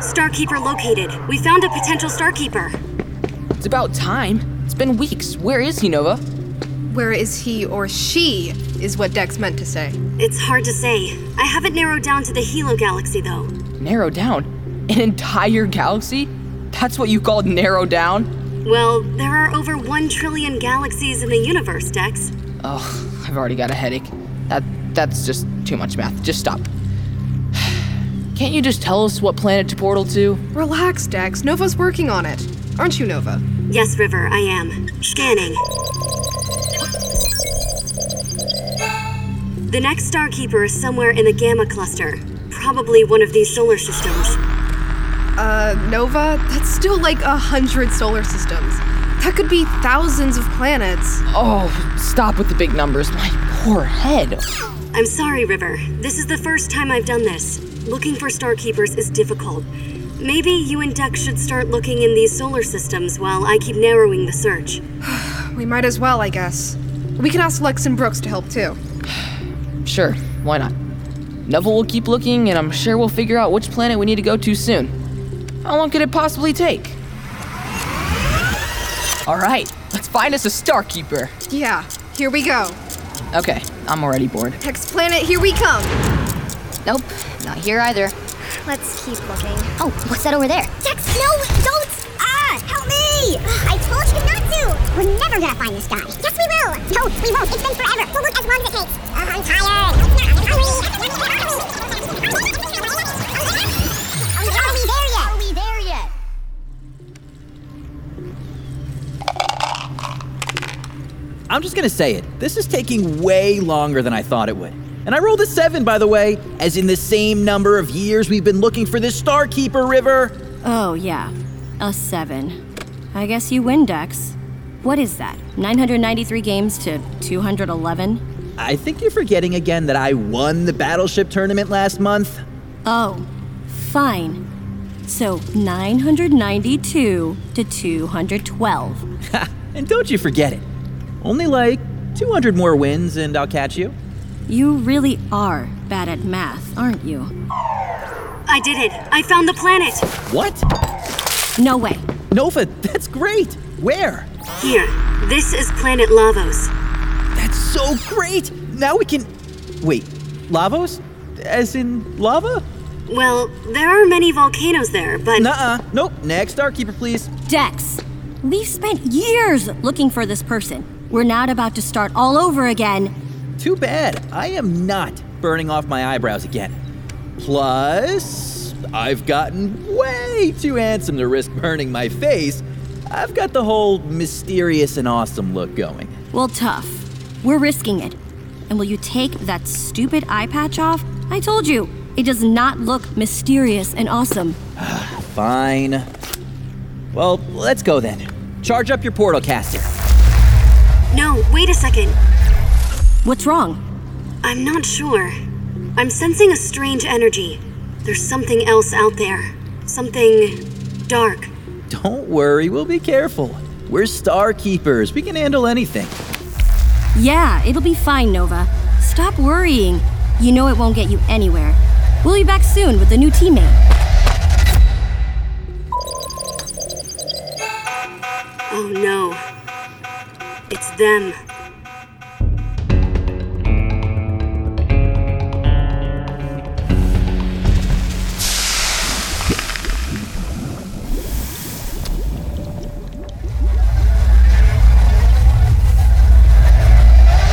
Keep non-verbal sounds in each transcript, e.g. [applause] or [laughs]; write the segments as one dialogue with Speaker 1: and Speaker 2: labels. Speaker 1: Starkeeper located. We found a potential Starkeeper.
Speaker 2: It's about time. It's been weeks. Where is he, Nova?
Speaker 3: Where is he or she, is what Dex meant to say.
Speaker 1: It's hard to say. I have it narrowed down to the Hilo Galaxy, though.
Speaker 2: Narrow down? An entire galaxy? That's what you called narrow down?
Speaker 1: Well, there are over one trillion galaxies in the universe, Dex.
Speaker 2: Ugh, I've already got a headache. That that's just too much math. Just stop. [sighs] Can't you just tell us what planet to portal to?
Speaker 3: Relax, Dex. Nova's working on it. Aren't you, Nova?
Speaker 1: Yes, River, I am. Scanning. The next Starkeeper is somewhere in the Gamma Cluster, probably one of these solar systems.
Speaker 3: Uh, Nova? That's still like a hundred solar systems. That could be thousands of planets.
Speaker 2: Oh, stop with the big numbers. My poor head.
Speaker 1: I'm sorry, River. This is the first time I've done this. Looking for Starkeepers is difficult. Maybe you and Dex should start looking in these solar systems while I keep narrowing the search.
Speaker 3: We might as well, I guess. We can ask Lex and Brooks to help too.
Speaker 2: Sure, why not? Neville will keep looking, and I'm sure we'll figure out which planet we need to go to soon. How long could it possibly take? All right, let's find us a Starkeeper.
Speaker 3: Yeah, here we go.
Speaker 2: Okay, I'm already bored.
Speaker 3: Hex Planet, here we come.
Speaker 4: Nope, not here either.
Speaker 5: Let's keep looking.
Speaker 4: Oh, what's that over there?
Speaker 5: Dex, no, don't! Ah, help me! I told you not to! We're never gonna find this guy. Yes, we will! No, we won't. It's been forever. We'll look as long as it takes. Oh, I'm [laughs] tired. I'm hungry. Are we there yet? Are we there yet?
Speaker 6: I'm just gonna say it. This is taking way longer than I thought it would. And I rolled a seven, by the way, as in the same number of years we've been looking for this Starkeeper River.
Speaker 7: Oh, yeah. A seven. I guess you win, Dex. What is that? 993 games to 211?
Speaker 6: I think you're forgetting again that I won the Battleship tournament last month.
Speaker 7: Oh, fine. So 992 to 212.
Speaker 6: And don't you forget it. Only like 200 more wins, and I'll catch you.
Speaker 7: You really are bad at math, aren't you?
Speaker 1: I did it. I found the planet.
Speaker 6: What?
Speaker 7: No way.
Speaker 6: Nova, [laughs] that's great! Where?
Speaker 1: Here. This is planet Lavos.
Speaker 6: That's so great! Now we can. Wait, Lavos? As in lava?
Speaker 1: Well, there are many volcanoes there, but
Speaker 6: Nuh uh. Nope. Next Starkeeper, please.
Speaker 7: Dex, we've spent years looking for this person. We're not about to start all over again.
Speaker 6: Too bad. I am not burning off my eyebrows again. Plus, I've gotten way too handsome to risk burning my face. I've got the whole mysterious and awesome look going.
Speaker 7: Well, tough. We're risking it. And will you take that stupid eye patch off? I told you, it does not look mysterious and awesome.
Speaker 6: Fine. Well, let's go then. Charge up your portal caster.
Speaker 1: no, wait a second.
Speaker 7: What's wrong?
Speaker 1: I'm not sure. I'm sensing a strange energy. There's something else out there. Something dark.
Speaker 6: Don't worry, we'll be careful. We're star keepers. We can handle anything.
Speaker 7: Yeah, it'll be fine, Nova. Stop worrying. You know it won't get you anywhere. We'll be back soon with a new teammate.
Speaker 1: Oh no. It's them.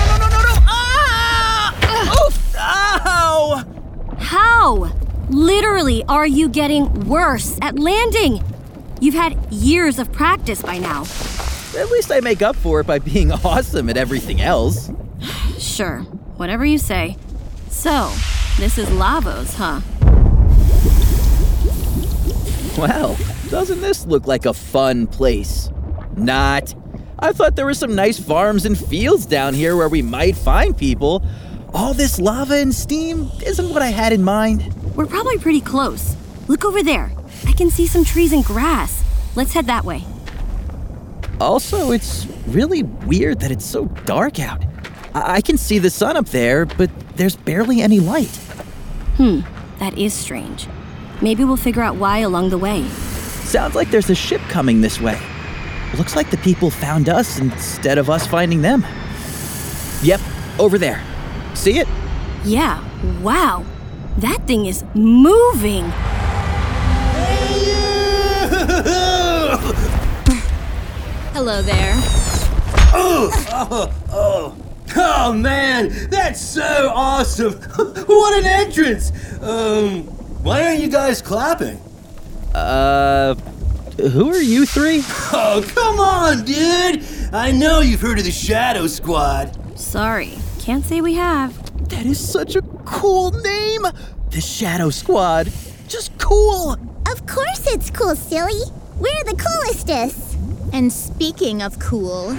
Speaker 6: No, no, no, no! Ah! Oof! Ow!
Speaker 7: How? Literally, are you getting worse at landing? You've had years of practice by now.
Speaker 6: At least I make up for it by being [laughs] awesome at everything else.
Speaker 7: Sure, whatever you say. So, this is Lavos, huh?
Speaker 6: Well, doesn't this look like a fun place? Not. I thought there were some nice farms and fields down here where we might find people. All this lava and steam isn't what I had in mind.
Speaker 7: We're probably pretty close. Look over there. I can see some trees and grass. Let's head that way.
Speaker 6: Also, it's really weird that it's so dark out. I, I can see the sun up there, but there's barely any light.
Speaker 7: That is strange. Maybe we'll figure out why along the way.
Speaker 6: Sounds like there's a ship coming this way. Looks like the people found us instead of us finding them. Yep, over there. See it?
Speaker 7: Yeah, wow. That thing is moving. Hello there.
Speaker 8: Oh man, that's so awesome! [laughs] what an entrance! Um, why aren't you guys clapping?
Speaker 6: Uh, who are you three?
Speaker 8: Oh, come on, dude! I know you've heard of the Shadow Squad.
Speaker 7: Sorry, can't say we have.
Speaker 6: That is such a cool name! The Shadow Squad. Just cool!
Speaker 5: Of course it's cool, silly. We're the coolestest. And speaking of cool,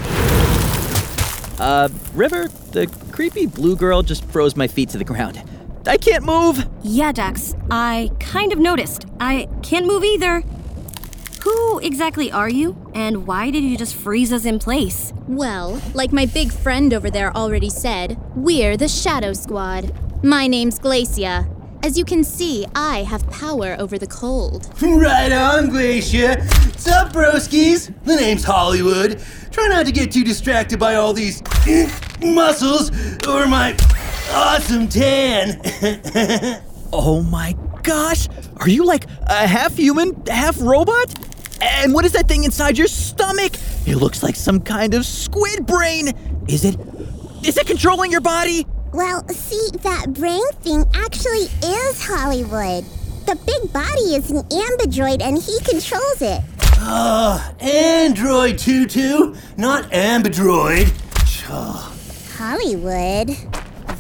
Speaker 6: Uh, River, the creepy blue girl just froze my feet to the ground. I can't move!
Speaker 7: Yeah, Dax, I kind of noticed. I can't move either. Who exactly are you, and why did you just freeze us in place?
Speaker 9: Well, like my big friend over there already said, we're the Shadow Squad. My name's Glacia. As you can see, I have power over the cold.
Speaker 8: Right on, Glacia. Sup, broskies? The name's Hollywood. Try not to get too distracted by all these [laughs] muscles or my awesome tan. [laughs]
Speaker 6: Oh my gosh! Are you like a half human, half robot? And what is that thing inside your stomach? It looks like some kind of squid brain! Is it. Is it controlling your body?
Speaker 5: well, see, that brain thing actually is Hollywood. The big body is an ambidroid and he controls it.
Speaker 8: Uh, Android 22, not Ambidroid. Ugh.
Speaker 5: Hollywood,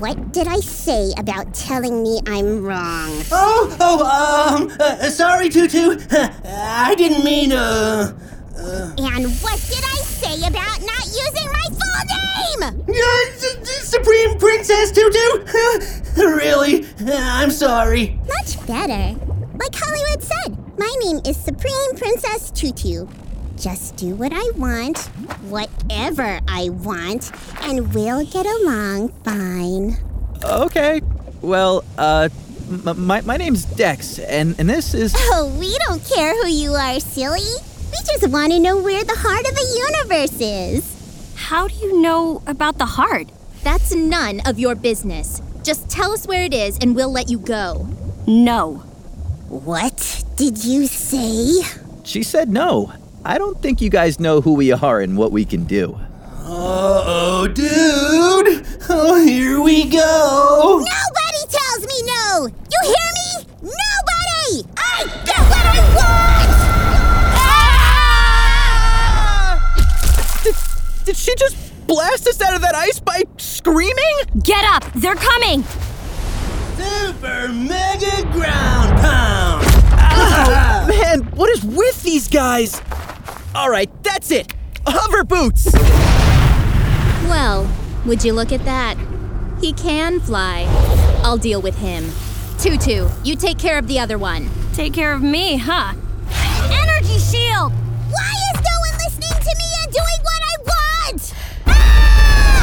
Speaker 5: what did I say about telling me I'm wrong?
Speaker 8: Oh, oh, um, uh, sorry, Tutu. [laughs] I didn't mean, uh.
Speaker 5: And what did I say about not using my full name?
Speaker 8: uh, S- S- Supreme Princess Tutu? [laughs] really? I'm sorry.
Speaker 5: Much better. Like Hollywood said, my name is Supreme Princess Tutu. Just do what I want, whatever I want, and we'll get along fine.
Speaker 6: Okay. Well, uh. M- my, my name's Dex, and, and this is.
Speaker 5: Oh, we don't care who you are, silly. We just want to know where the heart of the universe is.
Speaker 7: How do you know about the heart?
Speaker 9: That's none of your business. Just tell us where it is and we'll let you go.
Speaker 7: No.
Speaker 5: What did you say?
Speaker 6: She said no. I don't think you guys know who we are and what we can do.
Speaker 8: Uh oh, dude. [laughs] Oh, here we go.
Speaker 5: Nobody tells me no! You hear me? Nobody! I get what I want! Ah!
Speaker 6: Did, did she just blast us out of that ice by screaming?
Speaker 7: Get up! They're coming!
Speaker 8: Super mega ground pound.
Speaker 6: Man, what is with these guys? All right, that's it. Hover boots.
Speaker 9: Well, would you look at that? He can fly. I'll deal with him. Tutu, you take care of the other one.
Speaker 7: Take care of me, huh? Energy shield!
Speaker 5: Why is no one listening to me and doing what I want?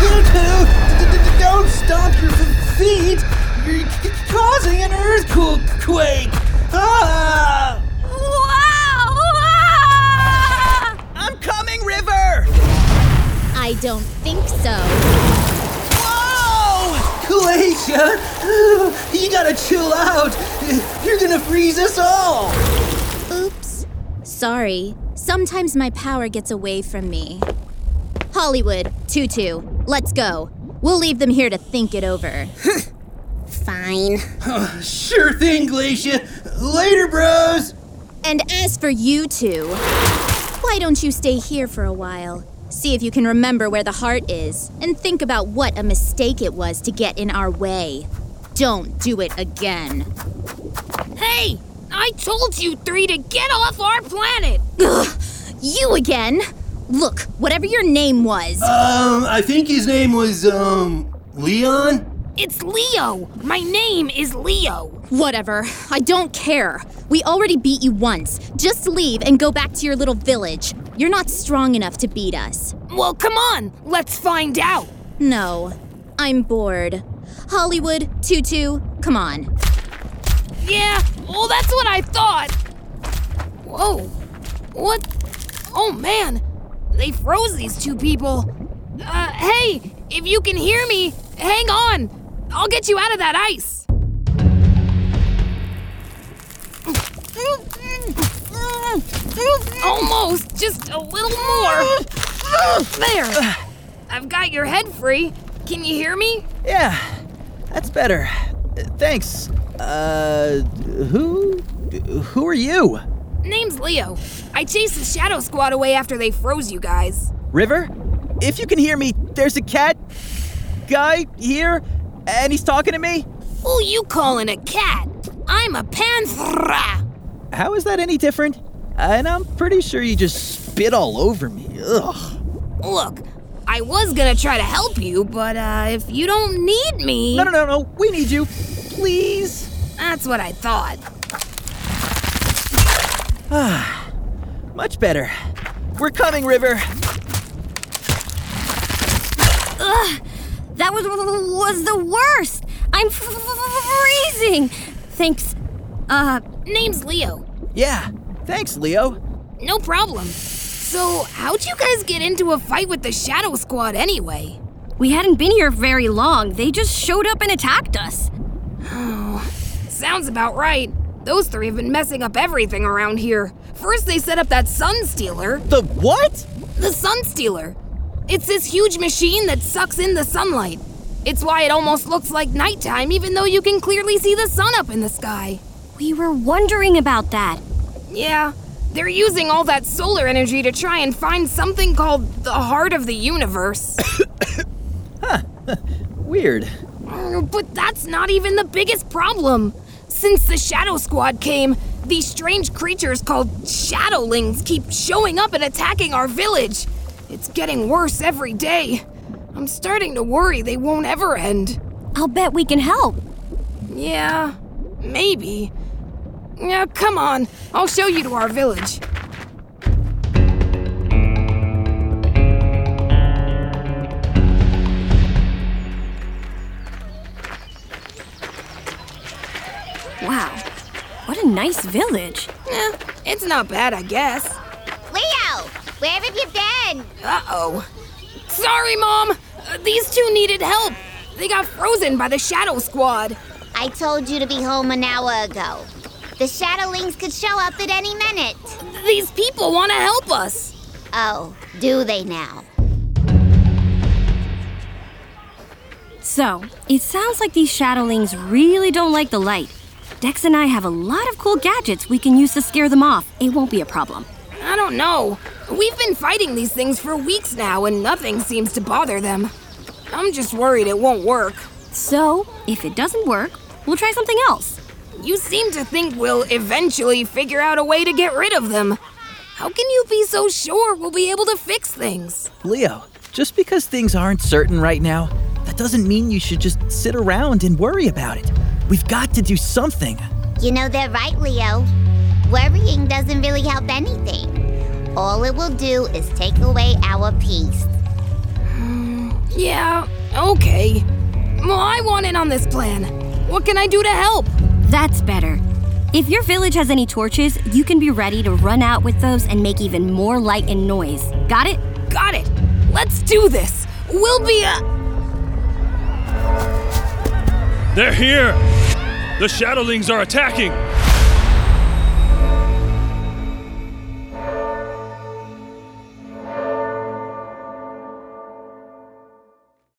Speaker 8: Tutu, d- d- d- don't stomp your f- feet. You're c- causing an earthquake. Ah!
Speaker 7: Wow!
Speaker 6: I'm coming, River.
Speaker 9: I don't think so.
Speaker 6: Whoa!
Speaker 8: Glacia, you gotta chill out. You're gonna freeze us all.
Speaker 9: Oops. Sorry. Sometimes my power gets away from me. Hollywood, Tutu, let's go. We'll leave them here to think it over.
Speaker 5: Fine.
Speaker 8: Sure thing, Glacia. Later, bros.
Speaker 9: And as for you two, why don't you stay here for a while? See if you can remember where the heart is, and think about what a mistake it was to get in our way. Don't do it again.
Speaker 10: Hey, I told you three to get off our planet.
Speaker 9: You again? Look, whatever your name was.
Speaker 8: Um, I think his name was um Leon.
Speaker 10: It's Leo. My name is Leo.
Speaker 9: Whatever. I don't care. We already beat you once. Just leave and go back to your little village. You're not strong enough to beat us.
Speaker 10: Well, come on. Let's find out.
Speaker 9: No, I'm bored. Hollywood, Tutu, come on.
Speaker 10: Yeah, Well, that's what I thought. Whoa. What? Oh, man. They froze these two people. Uh, hey, if you can hear me, hang on. I'll get you out of that ice. Almost. Just a little more. There. I've got your head free. Can you hear me?
Speaker 6: Yeah, that's better. Uh, Thanks. Uh, who? Who are you?
Speaker 10: Name's Leo. I chased the Shadow Squad away after they froze you guys.
Speaker 6: River? If you can hear me, there's a cat guy here, and he's talking to me.
Speaker 10: Who you calling a cat? I'm a panthera.
Speaker 6: How is that any different? And I'm pretty sure you just spit all over me. Ugh.
Speaker 10: Look, I was gonna try to help you, but uh, if you don't need me.
Speaker 6: No, no, no, no. We need you. Please.
Speaker 10: That's what I thought.
Speaker 6: Ah, [sighs] much better. We're coming, River.
Speaker 7: Ugh, that was, was the worst. I'm freezing. Thanks. Uh,
Speaker 10: name's Leo.
Speaker 6: Yeah. Thanks, Leo.
Speaker 10: No problem. So, how'd you guys get into a fight with the Shadow Squad anyway?
Speaker 7: We hadn't been here very long. They just showed up and attacked us.
Speaker 10: Oh, sounds about right. Those three have been messing up everything around here. First, they set up that Sun Stealer.
Speaker 6: The what?
Speaker 10: The Sun Stealer. It's this huge machine that sucks in the sunlight. It's why it almost looks like nighttime, even though you can clearly see the sun up in the sky.
Speaker 7: We were wondering about that.
Speaker 10: Yeah, they're using all that solar energy to try and find something called the heart of the universe.
Speaker 6: huh. Weird.
Speaker 10: But that's not even the biggest problem. Since the Shadow Squad came, these strange creatures called Shadowlings keep showing up and attacking our village. It's getting worse every day. I'm starting to worry they won't ever end.
Speaker 7: I'll bet we can help.
Speaker 10: Yeah, maybe. Yeah, come on. I'll show you to our village.
Speaker 7: Wow, what a nice village.
Speaker 10: Eh, it's not bad, I guess.
Speaker 11: Leo, where have you been?
Speaker 10: Uh oh. Sorry, Mom. Uh, these two needed help. They got frozen by the Shadow Squad.
Speaker 11: I told you to be home an hour ago. The Shadowlings could show up at any minute.
Speaker 10: These people want to help us.
Speaker 11: Oh, do they now?
Speaker 7: So, it sounds like these Shadowlings really don't like the light. Dex and I have a lot of cool gadgets we can use to scare them off. It won't be a problem.
Speaker 10: I don't know. We've been fighting these things for weeks now, and nothing seems to bother them. I'm just worried it won't work.
Speaker 7: So, if it doesn't work, we'll try something else.
Speaker 10: You seem to think we'll eventually figure out a way to get rid of them. How can you be so sure we'll be able to fix things?
Speaker 6: Leo, just because things aren't certain right now, that doesn't mean you should just sit around and worry about it. We've got to do something.
Speaker 11: You know, they're right, Leo. Worrying doesn't really help anything. All it will do is take away our peace.
Speaker 10: yeah, okay. Well, I want in on this plan. What can I do to help?
Speaker 7: That's better. If your village has any torches, you can be ready to run out with those and make even more light and noise. Got it?
Speaker 10: Got it. Let's do this. We'll be a.
Speaker 12: They're here! The Shadowlings are attacking!